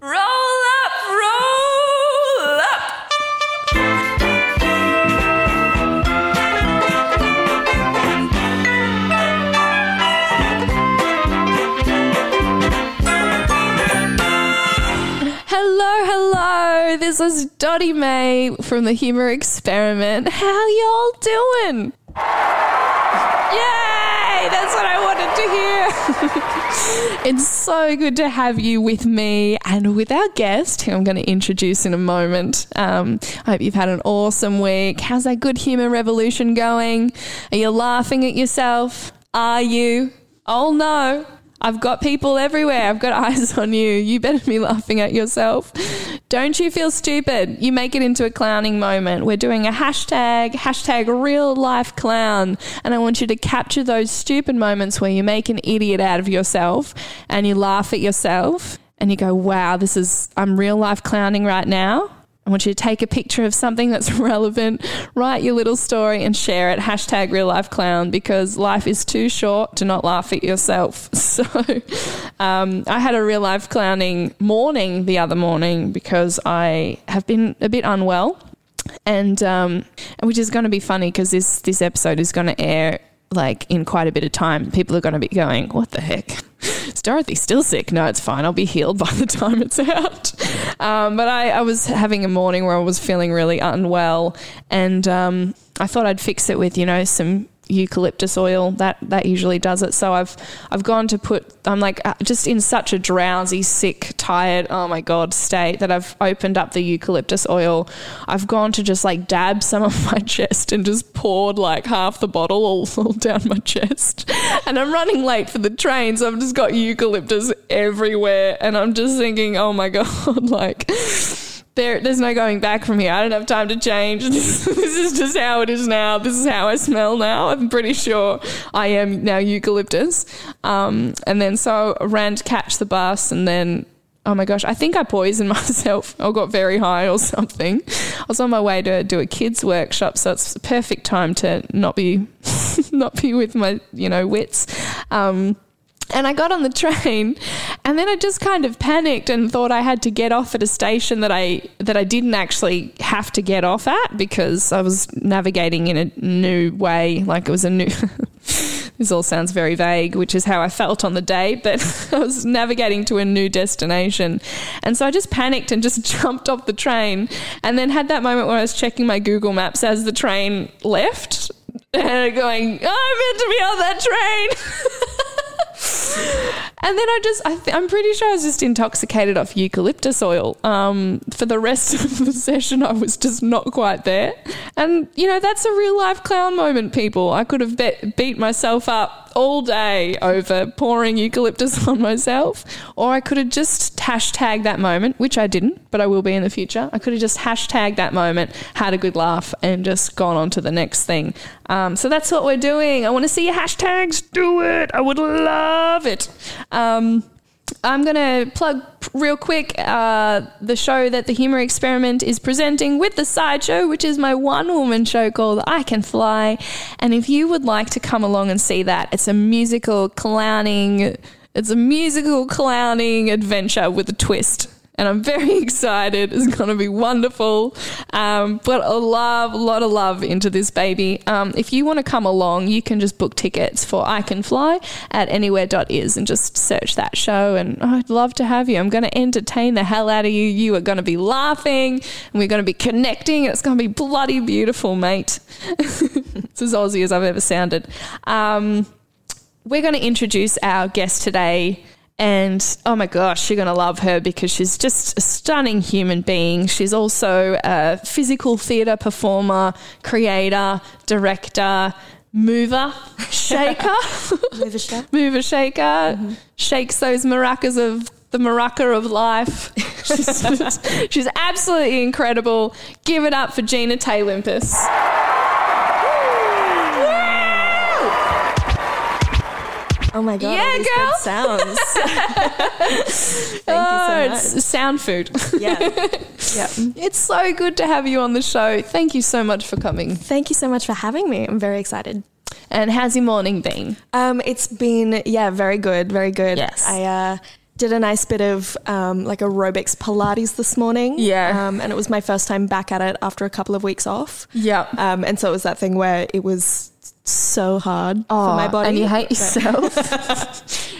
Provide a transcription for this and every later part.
Roll up, roll up. Hello, hello. This is Dottie May from the Humor Experiment. How y'all doing? Yay! That's what I wanted to hear. it's so good to have you with me and with our guest, who I'm going to introduce in a moment. Um, I hope you've had an awesome week. How's that good humor revolution going? Are you laughing at yourself? Are you? Oh no. I've got people everywhere. I've got eyes on you. You better be laughing at yourself. Don't you feel stupid? You make it into a clowning moment. We're doing a hashtag, hashtag real life clown. And I want you to capture those stupid moments where you make an idiot out of yourself and you laugh at yourself and you go, wow, this is, I'm real life clowning right now. I want you to take a picture of something that's relevant, write your little story, and share it. Hashtag real life clown because life is too short to not laugh at yourself. So, um, I had a real life clowning morning the other morning because I have been a bit unwell, and um, which is going to be funny because this this episode is going to air like in quite a bit of time. People are going to be going, "What the heck?" Is Dorothy still sick? No, it's fine. I'll be healed by the time it's out. Um, but I, I was having a morning where I was feeling really unwell, and um, I thought I'd fix it with you know some eucalyptus oil. That that usually does it. So I've I've gone to put. I'm like uh, just in such a drowsy, sick, tired. Oh my god, state that I've opened up the eucalyptus oil. I've gone to just like dab some on my chest and just poured like half the bottle all, all down my chest. And I'm running late for the train, so I've just got eucalyptus everywhere. And I'm just thinking, oh my god, like. there, there's no going back from here. I don't have time to change. This, this is just how it is now. This is how I smell now. I'm pretty sure I am now eucalyptus. Um, and then so I ran to catch the bus, and then oh my gosh, I think I poisoned myself or got very high or something. I was on my way to do a kids workshop, so it's the perfect time to not be not be with my you know wits. Um, and I got on the train and then I just kind of panicked and thought I had to get off at a station that I that I didn't actually have to get off at because I was navigating in a new way like it was a new This all sounds very vague, which is how I felt on the day, but I was navigating to a new destination. And so I just panicked and just jumped off the train and then had that moment where I was checking my Google Maps as the train left and going, oh, I'm meant to be on that train. and then I just, I th- I'm pretty sure I was just intoxicated off eucalyptus oil. Um, for the rest of the session, I was just not quite there. And, you know, that's a real life clown moment, people. I could have bet- beat myself up all day over pouring eucalyptus on myself, or I could have just hashtagged that moment, which I didn't, but I will be in the future. I could have just hashtagged that moment, had a good laugh, and just gone on to the next thing. Um, so that's what we're doing. I want to see your hashtags. Do it. I would love it. Um, I'm going to plug p- real quick uh, the show that the Humor Experiment is presenting with the Sideshow, which is my one woman show called I Can Fly. And if you would like to come along and see that, it's a musical clowning. It's a musical clowning adventure with a twist and I'm very excited. It's going to be wonderful. Um, but a love, lot of love into this baby. Um, if you want to come along, you can just book tickets for I Can Fly at anywhere.is and just search that show. And oh, I'd love to have you. I'm going to entertain the hell out of you. You are going to be laughing and we're going to be connecting. And it's going to be bloody beautiful, mate. it's as Aussie as I've ever sounded. Um, we're going to introduce our guest today. And oh my gosh, you're going to love her because she's just a stunning human being. She's also a physical theatre performer, creator, director, mover, shaker, Mover shaker. Mm-hmm. mover, shaker, shakes those maracas of the maraca of life. She's, she's absolutely incredible. Give it up for Gina Tay Limpus. Oh my god! all Yeah, these good girl. sounds. Thank you Oh, so much. it's sound food. Yeah. yeah. it's so good to have you on the show. Thank you so much for coming. Thank you so much for having me. I'm very excited. And how's your morning been? Um, it's been yeah, very good, very good. Yes. I uh, did a nice bit of um, like aerobics Pilates this morning. Yeah. Um, and it was my first time back at it after a couple of weeks off. Yeah. Um, and so it was that thing where it was so hard for my body. and you hate yourself.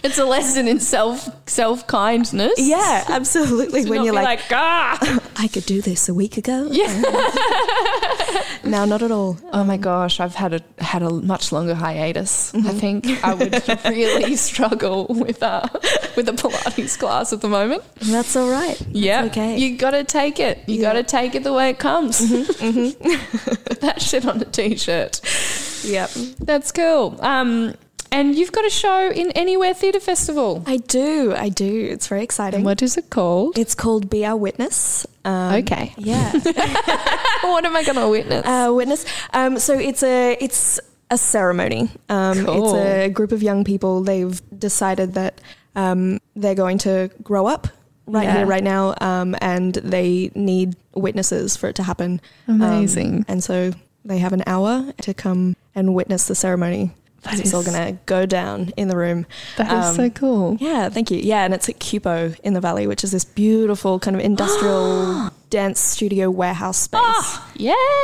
it's a lesson in self self kindness. yeah, absolutely. when you're like, ah, I could do this a week ago. yeah. Now, not at all. oh my gosh, I've had a had a much longer hiatus. I think I would really struggle with a with a Pilates class at the moment. That's all right. Yeah, okay. You got to take it. You got to take it the way it comes. Put that shit on a t-shirt. Yep. That's cool. Um, and you've got a show in Anywhere Theatre Festival. I do. I do. It's very exciting. What is it called? It's called Be Our Witness. Um, Okay. Yeah. what am I going to witness? uh, witness. Um, so it's a it's a ceremony. Um, Cool. It's a group of young people. They've decided that um, they're going to grow up right Yeah. here, right now, um, and they need witnesses for it to happen. Um, Amazing. and so they have an hour to come and witness the ceremony. That it's all is- going to go down in the room. That is so Um, cool. Yeah, thank you. Yeah, and it's at Cupo in the Valley, which is this beautiful kind of industrial dance studio warehouse space. Ah!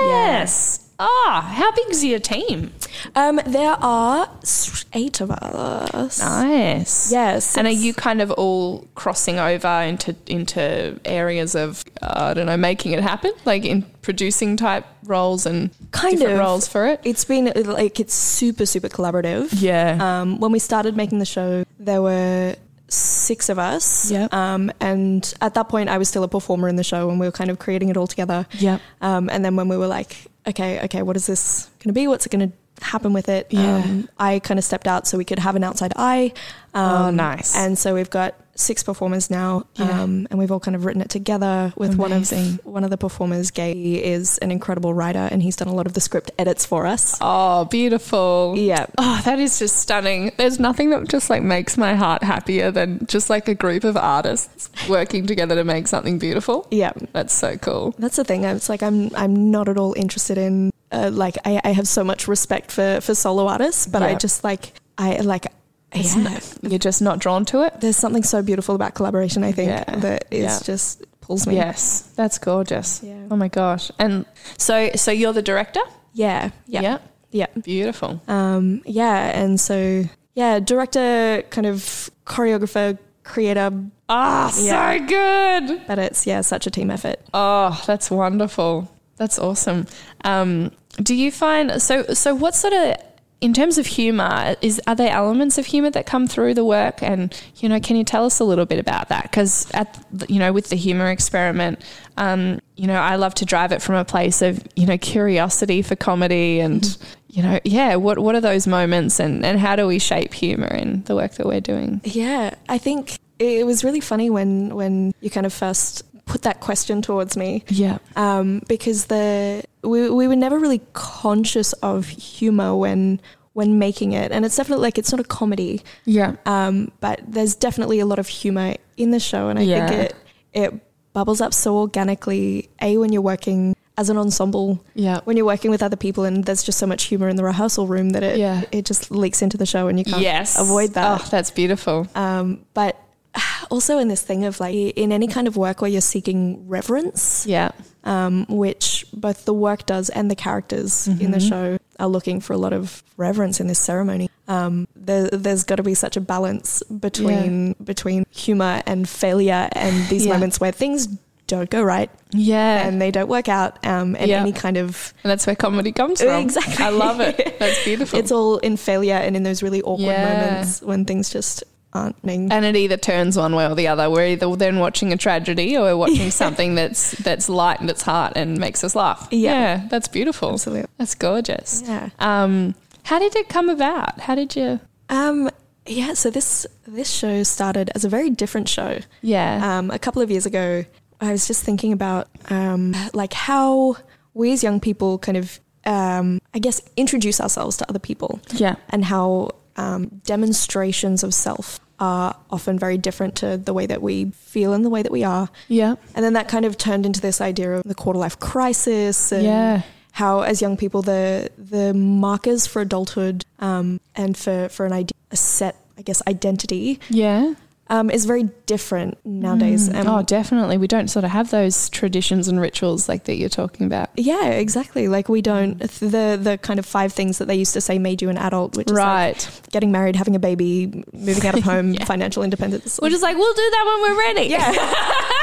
yes. Ah, how big's your team? Um, there are s- eight of us. Nice. Yes, And are it's- you kind of all crossing over into into areas of uh, I don't know making it happen, like in producing type roles and Kind different of. roles for it? It's been uh, like it's super super collaborative. Yeah. Um, when we started making the show, there were six of us. Yep. Um, and at that point, I was still a performer in the show, and we were kind of creating it all together. Yep. Um, and then when we were like, okay, okay, what is this going to be? What's it going to happen with it? Yeah. Um, I kind of stepped out so we could have an outside eye. Um, Oh, nice. And so we've got six performers now, Yeah. um, and we've all kind of written it together with Amazing. one of one of the performers. Gay is an incredible writer, and he's done a lot of the script edits for us. Oh, beautiful. Yeah. Oh, that is just stunning. There's nothing that just like makes my heart happier than just like a group of artists working together to make something beautiful. Yeah. That's so cool. That's the thing. It's like I'm I'm not at all interested in uh, like I, I have so much respect for for solo artists, but I Yeah. just like I like It's yeah. n- You're just not drawn to it? There's something so beautiful about collaboration. I think Yeah. that it's Yeah. just pulls me. Yes. That's gorgeous. Yeah. Oh my gosh. And so so you're the director? Yeah. Yeah. Yeah. Beautiful. Um, yeah, and so yeah, director, kind of choreographer, creator, Ah, Yeah. so good. but it's yeah, such a team effort. Oh, that's wonderful. That's awesome. Um, do you find so so what sort of in terms of humor is are there elements of humor that come through the work and you know can you tell us a little bit about that because at the- you know with the humor experiment um, you know I love to drive it from a place of you know curiosity for comedy and you know yeah what what are those moments and and how do we shape humor in the work that we're doing Yeah, I think it was really funny when when you kind of first put that question towards me. yeah um, because the we, we were never really conscious of humor when when making it, and it's definitely like it's not a comedy, yeah um, but there's definitely a lot of humor in the show, and I Yeah. think it it bubbles up so organically. A when you're working as an ensemble, yeah when you're working with other people, and there's just so much humor in the rehearsal room that it Yeah. it just leaks into the show, and you can't yes avoid that. oh that's beautiful Um, but also in this thing of like in any kind of work where you're seeking reverence, yeah um, which both the work does and the characters in Mm-hmm. the show are looking for a lot of reverence in this ceremony. Um, there, there's got to be such a balance between between humor and failure, and these Yeah. moments where things don't go right yeah and they don't work out, um, and Yeah. any kind of And that's where comedy comes from. Exactly. I love it. That's beautiful. it's all in failure and in those really awkward Yeah. moments when things just aren't. Being, and it either turns one way or the other. We're either then watching a tragedy or we're watching something that's that's light and it's heart and makes us laugh. Yeah. that's beautiful. Absolutely. That's gorgeous. Yeah. Um, How did it come about? How did you? Um, yeah, so this this show started as a very different show. Yeah. Um, a couple of years ago, I was just thinking about um, like how we as young people kind of, um, I guess, introduce ourselves to other people. Yeah. And how um, demonstrations of self are often very different to the way that we feel and the way that we are. yeah. And then that kind of turned into this idea of the quarter life crisis and Yeah. how, as young people, the the markers for adulthood um, and for for an ide- a set, I guess, identity Yeah. um, is very different nowadays. Um, oh, definitely. We don't sort of have those traditions and rituals like that you're talking about. yeah, exactly. Like we don't the the kind of five things that they used to say made you an adult, which is Right. like getting married, having a baby, moving out of home, financial independence. We're just like, we'll do that when we're ready. Yeah.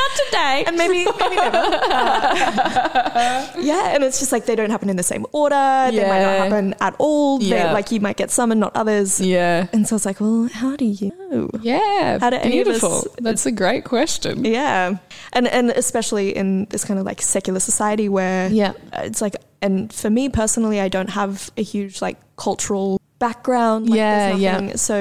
Not today. and maybe, maybe never. Uh, yeah, and it's just like they don't happen in the same order. They might Yeah. not happen at all. They- Yeah. like you might get some and not others. yeah. And so it's like, well, how do you know? Yeah. How do any of us- Beautiful. That's a great question. Yeah, and and especially in this kind of like secular society where Yeah. it's like, and for me personally, I don't have a huge like cultural background. Like, there's Yeah, nothing- So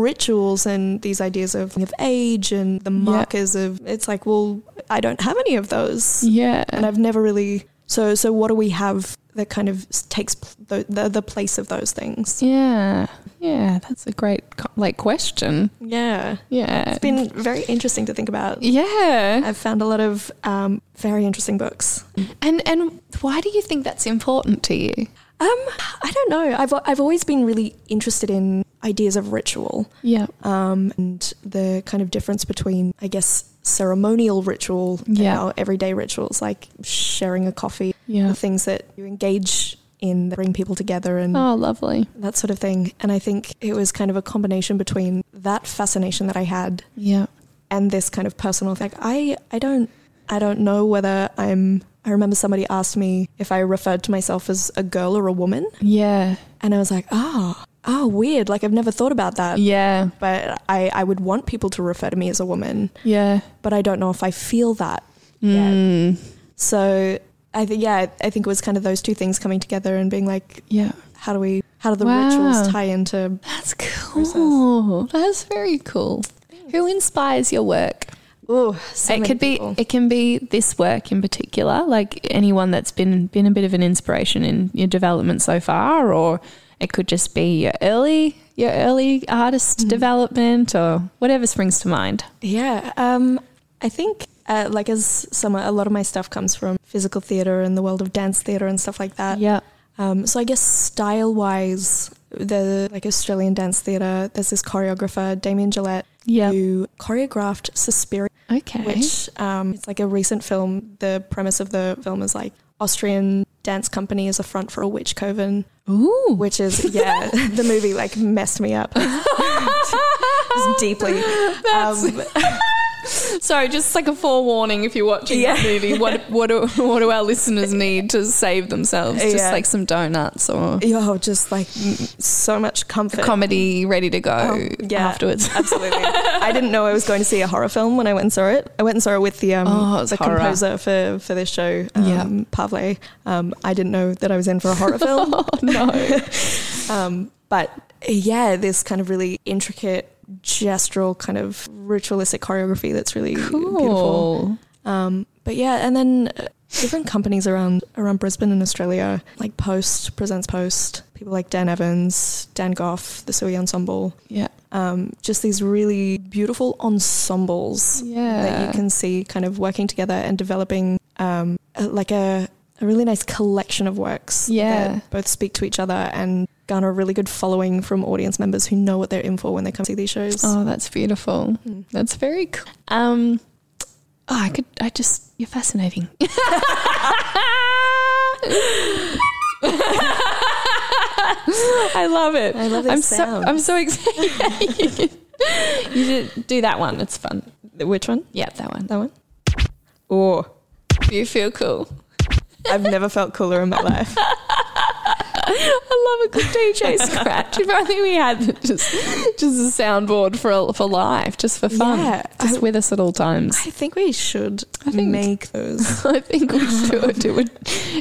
rituals and these ideas of of age and the markers of it's like, well, I don't have any of those. Yeah. and I've never really. So so what do we have that kind of s- takes pl- the the, the place of those things? Yeah. Yeah. That's a great co- like question. Yeah, Yeah. it's been very interesting to think about. yeah. I've found a lot of um, very interesting books. Uh, And and why do you think that's important to you? Um, I don't know. I've I've always been really interested in ideas of ritual Yeah. um, and the kind of difference between, I guess, ceremonial ritual Yeah. and our everyday rituals, like sharing a coffee, Yeah. the things that you engage in that bring people together and Oh, lovely. that sort of thing. And I think it was kind of a combination between that fascination that I had Yeah. and this kind of personal thing. I, I don't I don't know whether I'm I remember somebody asked me if I referred to myself as a girl or a woman Yeah. and I was like, Oh, oh weird. Like I've never thought about that. Yeah. But I, I would want people to refer to me as a woman, Yeah. but I don't know if I feel that yet. Mm. So I think yeah, I think it was kind of those two things coming together and being like, Yeah. how do we how do the Wow. rituals tie into That's cool. That's very cool. Who inspires your work? Ooh, so it many could be people. it can be this work in particular, like anyone that's been been a bit of an inspiration in your development so far, or it could just be your early your early artist Mm-hmm. development or whatever springs to mind. Yeah, um, I think uh, like as summer, a lot of my stuff comes from physical theater and the world of dance theater and stuff like that. Yeah. Um, so I guess style wise, the like Australian dance theater. There's this choreographer, Damien Gillette, Yeah. who choreographed Suspiria, Okay. which um, it's like a recent film. The premise of the film is like Austrian dance company is a front for a witch coven, Ooh. which is yeah, the movie like messed me up deeply. Um, Sorry, just like a forewarning if you're watching that movie, what what do, what do our listeners need to save themselves? Just Yeah. like some donuts or Oh, just like mm, so much comfort. comedy ready to go Oh, yeah. afterwards. Absolutely. I didn't know I was going to see a horror film when I went and saw it. I went and saw it with the um, Oh, it's the horror. composer for, for this show, um, Yeah. Pavle. Um, I didn't know that I was in for a horror film. Oh, no. um, but yeah, this kind of really intricate gestural kind of ritualistic choreography that's really beautiful. Cool. Um, but yeah, and then uh, different companies around around Brisbane and Australia, like Post presents Post, people like Dan Evans, Dan Goff, the Sui Ensemble, Yeah. um, just these really beautiful ensembles that Yeah. you can see kind of working together and developing um, a, like a, a really nice collection of works Yeah. that both speak to each other and garner a really good following from audience members who know what they're in for when they come see these shows. Hmm. Oh, that's beautiful. That's very cool. Um, oh, I could, I just, you're fascinating. I love it. I love this I'm sound. so, I'm so excited. you should do that one. It's fun. Which one? Yeah, that one. That one? Oh, You feel cool. I've never felt cooler in my life. I love a good DJ scratch. If only we had just just a soundboard for for life, just for fun, Yeah. just with us at all times. I think we should think- make those. I think we should. It would.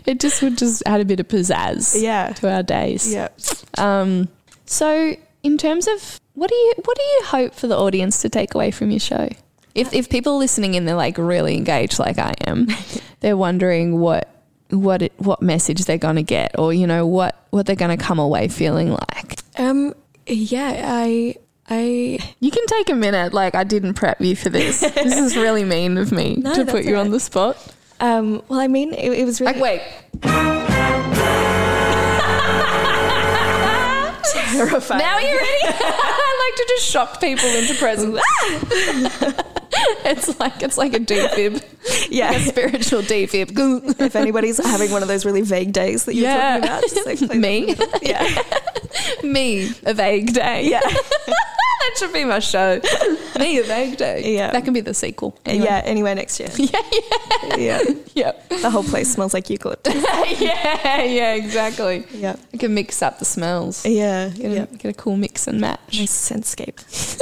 It just would just add a bit of pizzazz Yeah. to our days. Yeah. Um. So, in terms of what do you what do you hope for the audience to take away from your show? If if people listening in, they're like really engaged, like I am, they're wondering what what it, what message they're gonna get, or you know what what they're gonna come away feeling like. Um yeah, I I You can take a minute. Like I didn't prep you for this. this is really mean of me No, to that's put you on alright. the spot. um well I mean it, it was really Like wait. terrifying. Now you're ready. I like to just shock people into presence. it's like it's like a defib, Yeah. a spiritual defib. if anybody's having one of those really vague days that you're Yeah. talking about, just like play Me, that. Yeah. me, a vague day. Yeah. that should be my show. Me, a vague day. Yeah. that can be the sequel. Anyway. Yeah, anyway next year. yeah, Yeah. yeah, The whole place smells like eucalyptus. yeah, yeah, yeah. Exactly. Yeah. I can mix up the smells. Yeah. Get a, Yeah. get a cool mix and match. Nice scentscape.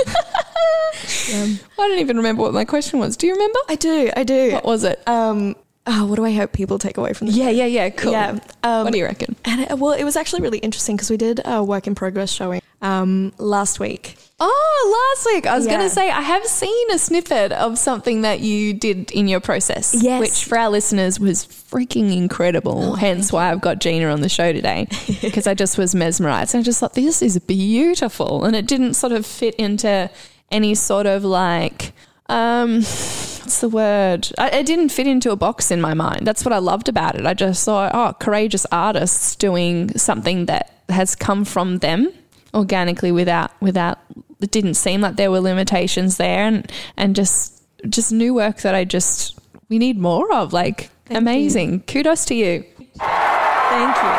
Um, I don't even remember what my question was. Do you remember? I do, I do. What was it? um oh, what do I hope people take away from this? yeah, yeah, yeah. Cool. Yeah. Um, what do you reckon? And it, well, it was actually really interesting because we did a work in progress showing um, last week. Oh, last week. I was going Yeah. to say, I have seen a snippet of something that you did in your process. Yes. Oh, Which for our listeners was freaking incredible. Hence why I've got Gina on the show today because I just was mesmerized. And I just thought, this is beautiful. And it didn't sort of fit into any sort of like, um, what's the word? I, it didn't fit into a box in my mind. That's what I loved about it. I just saw, oh, courageous artists doing something that has come from them organically without without it didn't seem like there were limitations there and and just just new work that I just we need more of like amazing kudos to you Thank you.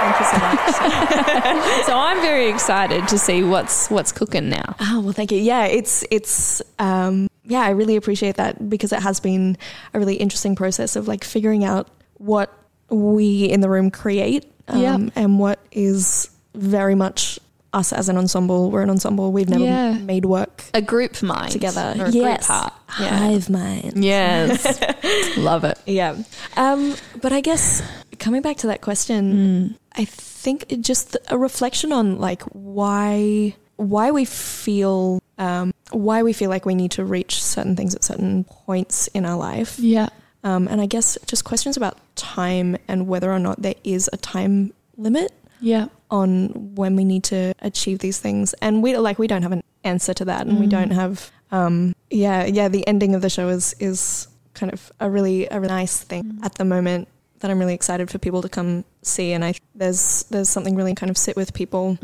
Thank you so much. so I'm very excited to see what's what's cooking now oh, well, thank you. Yeah, it's, it's, um, yeah, I really appreciate that because it has been a really interesting process of like figuring out what we in the room create um, Yeah. and what is very much us as an ensemble. We're an ensemble. We've never Yeah. made work a group mind together. or a group heart yeah. Hive mind. yes love it Yeah. Um, but I guess coming back to that question, I think it just a reflection on like why why we feel um, why we feel like we need to reach certain things at certain points in our life. yeah Um, and I guess just questions about time and whether or not there is a time limit yeah on when we need to achieve these things and we like we don't have an answer to that and we don't have um yeah yeah the ending of the show is is kind of a really a really nice thing at the moment that I'm really excited for people to come see and I there's there's something really kind of sit with people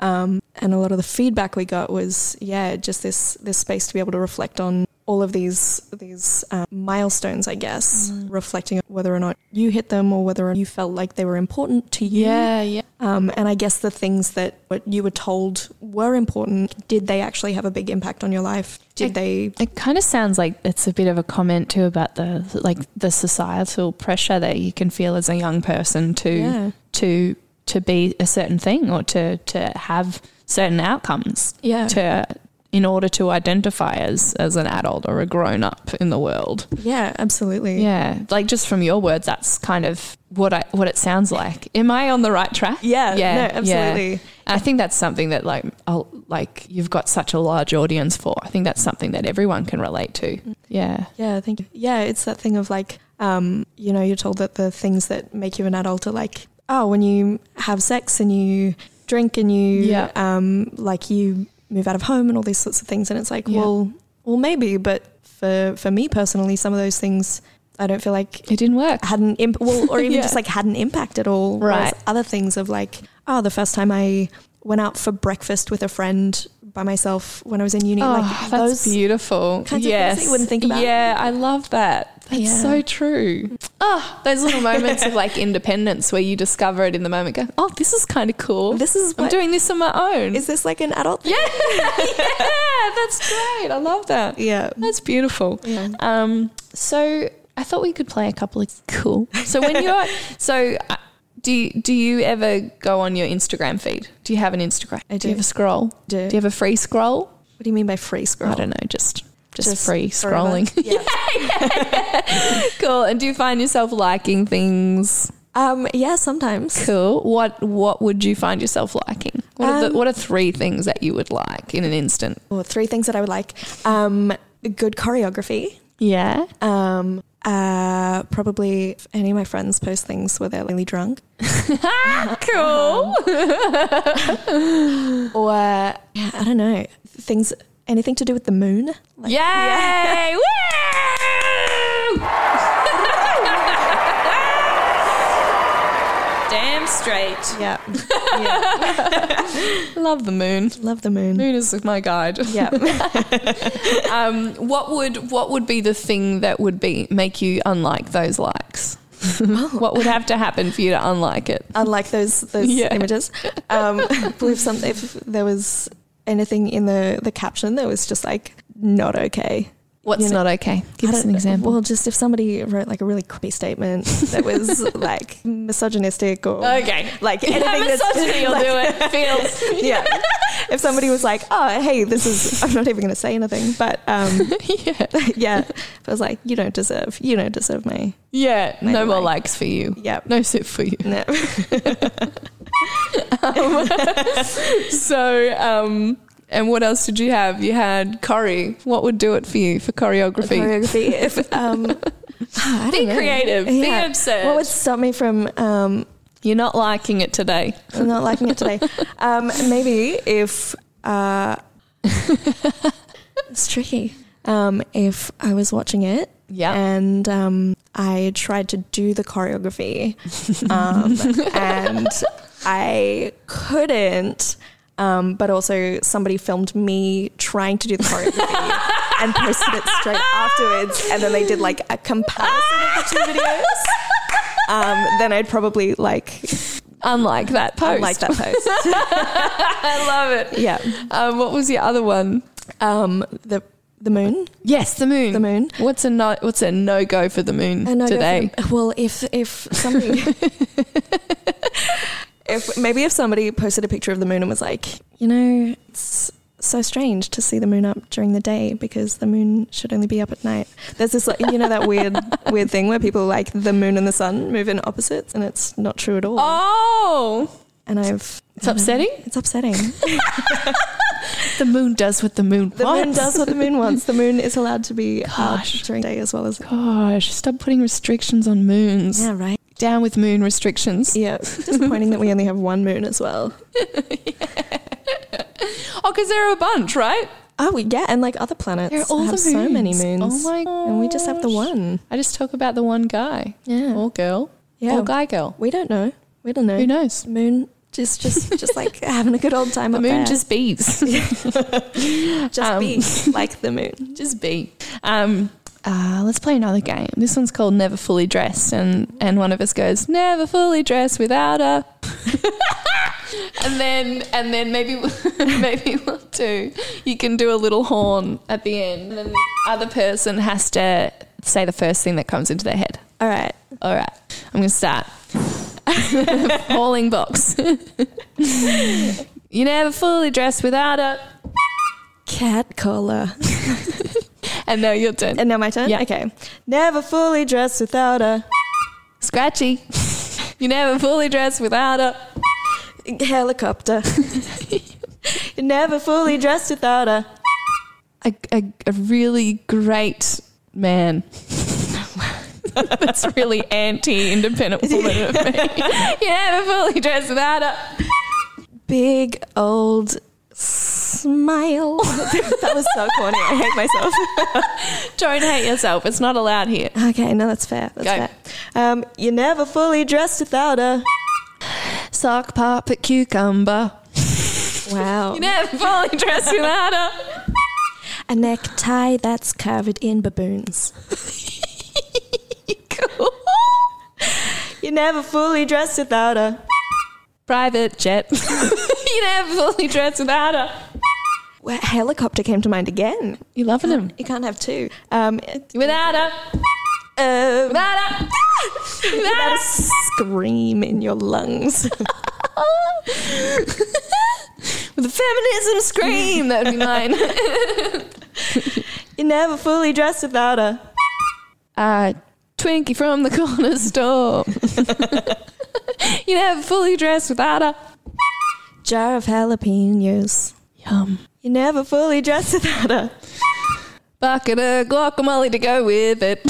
um and a lot of the feedback we got was yeah just this this space to be able to reflect on all of these these uh, milestones I guess reflecting on whether or not you hit them or whether or not you felt like they were important to you yeah yeah um, and I guess the things that what you were told were important, did they actually have a big impact on your life? Did they? It kind of sounds like it's a bit of a comment too about the like the societal pressure that you can feel as a young person to Yeah. to to be a certain thing or to to have certain outcomes Yeah. to in order to identify as as an adult or a grown up in the world. Yeah, absolutely. Yeah, like just from your words, that's kind of what I what it sounds like. Am I on the right track? Yeah, no, absolutely. I think that's something that like I'll, like you've got such a large audience for. I think that's something that everyone can relate to. Mm. Yeah, Yeah, thank you. Yeah, it's that thing of like, um, you know, you're told that the things that make you an adult are like, oh, when you have sex and you drink and you, Yeah. um, like you move out of home and all these sorts of things. And it's like, Yeah. well, well, maybe, but for for me personally, some of those things I don't feel like it didn't work. had an imp- well, or even Yeah. just like had an impact at all. Right. Whereas Other things of like, oh, the first time I went out for breakfast with a friend by myself when I was in uni, Oh, that's like those. beautiful. kinds of things that yes, you wouldn't think about. Yeah, I love that. That's Yeah. so true. Oh, those little moments of like independence where you discover it in the moment. Go, oh, this is kind of cool. This is I'm what- doing this on my own. Is this like an adult? Yeah, yeah, that's great. I love that. Yeah. That's beautiful. Yeah. Um, so I thought we could play a couple of cool. So when you're so. Uh, Do you, do you ever go on your Instagram feed? Do you have an Instagram? I you do. have a scroll? Do. you have a free scroll? What do you mean by free scroll? I don't know, just just, Just free forever. scrolling. Yeah. cool. And do you find yourself liking things? Um, yeah, sometimes. Cool. What what would you find yourself liking? What are the, Um, what are three things that you would like in an instant? Well, three things that I would like. Um, good choreography. Yeah. Um, uh, probably if any of my friends post things where they're really drunk. cool. Or, yeah, I don't know, things, anything to do with the moon. Like, Yay! Woo! Damn straight. Yeah. yeah. Love the moon. Love the moon. Moon is my guide. Yeah. Um, what would what would be the thing that would be make you unlike those likes? what would have to happen for you to unlike it? Unlike those those Yeah. images. Um, I believe some, if there was anything in the, the caption that was just like, not okay. What's You know- not okay? Give I us don't- an example. Well, just if somebody wrote like a really creepy statement that was like misogynistic or okay. like Yeah, anything that's misogyny will do it. Feels. yeah. If somebody was like, "Oh, hey, this is," I'm not even going to say anything, but um, yeah. yeah, if I was like, "You don't deserve, you don't deserve my," Yeah. Maybe no more like- likes for you. yeah, No sip for you. no, So, um, and what else did you have? You had Corrie. What would do it for you for choreography? choreography. If, um, be creative. yeah. Be absurd. What would stop me from um, You're not liking it today. not liking it today? Um, maybe if uh, it's tricky. Um, if I was watching it Yeah. and um, I tried to do the choreography, um, and I couldn't. Um, but also, somebody filmed me trying to do the choreography and posted it straight afterwards, and then they did like a comparison of the two videos. Um, then I'd probably like Unlike that post. like that post. I love it. yeah. Um, what was the other one? Um, the the moon. Yes, the moon. The moon. What's a no? What's a no go for the moon I know, go today? for- well, if if somebody, if maybe if somebody posted a picture of the moon and was like, you know, it's so strange to see the moon up during the day because the moon should only be up at night. There's this, like, you know, that weird weird thing where people like the moon and the sun move in opposites, and it's not true at all. Oh, And I've it's upsetting. it's upsetting. Mm-hmm. The moon does what the moon The moon wants. does what the moon wants. The moon is allowed to be Gosh. out during the day as well as Gosh, stop putting restrictions on moons. yeah, right. Down with moon restrictions. Yeah, disappointing that we only have one moon as well. Oh, because there are a bunch, right? Oh yeah, and like other planets There are all have the so many moons. moons. Oh my And we just have the gosh. Oh one. I just talk about the one guy Yeah. or girl Yeah. or guy girl. We don't know. We don't know. Who knows? Moon just just just like having a good old time. The up moon there. just beats. just um, be like the moon. just be. Um, uh, let's play another game. This one's called Never Fully Dressed, and, and one of us goes Never Fully Dressed without a, and then and then maybe maybe we'll do. You can do a little horn at the end, and then the other person has to say the first thing that comes into their head. All right. All right, I'm gonna start. Hauling box. you never fully dressed without a. Cat collar. And now your turn. And now my turn? Yeah. Okay. Never fully dressed without a Scratchy. you never fully dressed without a. helicopter. You're never fully dressed without a A, a, a really great man. That's really anti independent woman of me. you never fully dressed without a. big old smile. that was so corny. I hate myself. Don't hate yourself. It's not allowed here. Okay, no, that's fair. That's Go. fair. Um, you're never fully dressed without a. Sock pop at cucumber. Wow. You never fully dressed without a. a necktie that's covered in baboons. Cool. You're never fully dressed without a. Private jet. you never fully dressed without a. Well, helicopter came to mind again. You loving him. You can't have two. Um, Without a. uh, Without a- without a scream in your lungs. With a feminism scream. That would be mine. You're never fully dressed without a. uh, Twinkie from the corner store. you never fully dressed without a Jar of jalapenos. yum You're never fully dressed without a. bucket of guacamole to go with it.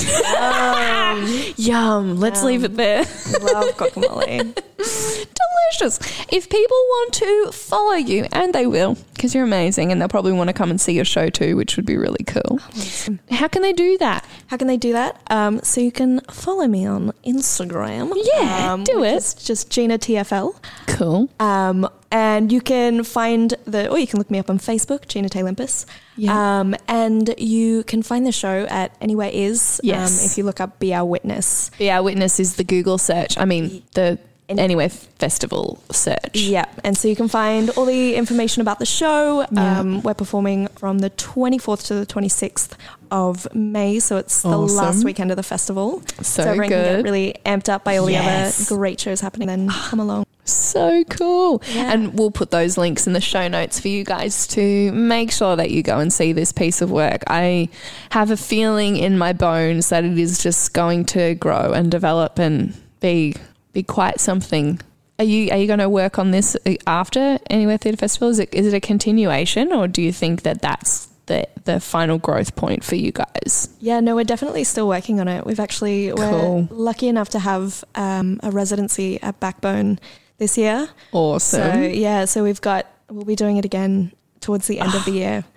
yum. Let's leave it there. Love guacamole. delicious. If people want to follow you, and they will, because you're amazing, and they'll probably want to come and see your show too, which would be really cool. Oh, How can they do that? How can they do that? Um, so you can follow me on Instagram. Um, Yeah, do which it. is just Gina TFL. Cool. Um, and you can find the, or you can look me up on Facebook, Gina Tay Limpus. Yeah. Um, and you can find the show at Anywhere Is. Yes. Um, if you look up Be Our Witness. Yeah, witness is the Google search. I mean, the Any- Anywhere Festival search. Yeah. And so you can find all the information about the show. Yeah. Um, we're performing from the 24th to the 26th of May. So it's the Awesome. last weekend of the festival. So everyone can good. get really amped up by all the Yes. Ah. other great shows happening. Then come along. So cool. Yeah. And we'll put those links in the show notes for you guys to make sure that you go and see this piece of work. I have a feeling in my bones that it is just going to grow and develop and be be quite something. Are you are you going to work on this uh, after Anywhere Theatre Festival? Is it is it a continuation or do you think that that's the the final growth point for you guys? Yeah, no, we're definitely still working on it. We've actually Cool. we're lucky enough to have um, a residency at Backbone this year. Awesome. So So, yeah, so we've got we'll be doing it again towards the end of the year. Ah,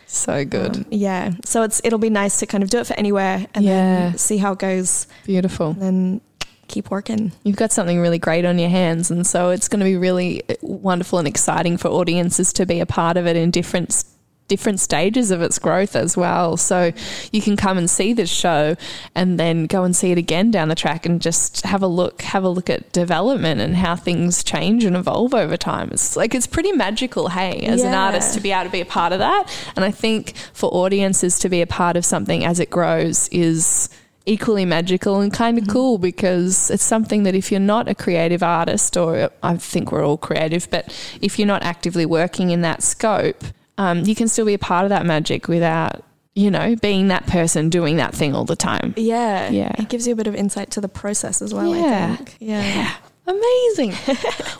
good. Um, yeah, so it's it'll be nice to kind of do it for anywhere and Yeah. then see how it goes, Beautiful. and then keep working. You've got something really great on your hands, and so it's going to be really wonderful and exciting for audiences to be a part of it in different different stages of its growth as well. So you can come and see this show, and then go and see it again down the track, and just have a look, have a look at development and how things change and evolve over time. It's like it's pretty magical, hey, as an Yeah. artist to be able to be a part of that. And I think for audiences to be a part of something as it grows is equally magical and kind of cool because it's something that if you're not a creative artist, or I think we're all creative, but if you're not actively working in that scope, um, you can still be a part of that magic without, you know, being that person doing that thing all the time. Yeah, Yeah. It gives you a bit of insight to the process as well. Yeah. I think. Yeah. Amazing.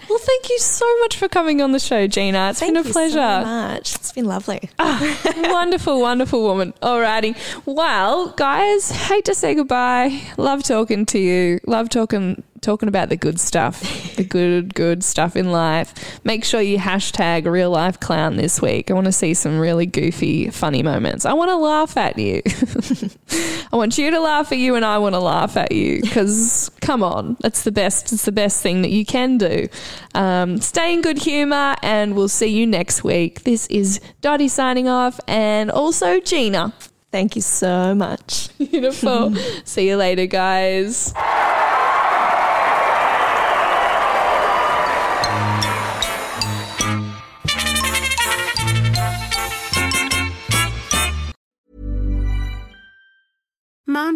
well, thank you so much for coming on the show, Gina. It's Thank been a you pleasure. so much. It's been lovely. wonderful, wonderful woman. Alrighty. Well, guys, hate to say goodbye. Love talking to you. Love talking talking about the good stuff. the good, good stuff in life. Make sure you hashtag real life clown this week. I want to see some really goofy, funny moments. I want to laugh at you. I want you to laugh at you and I want to laugh at you because come on, it's the best. It's the best thing that you can do. Um, stay in good humor and we'll see you next week. This is Dottie signing off and also Gina. Thank you so much. Beautiful. see you later, guys. Mom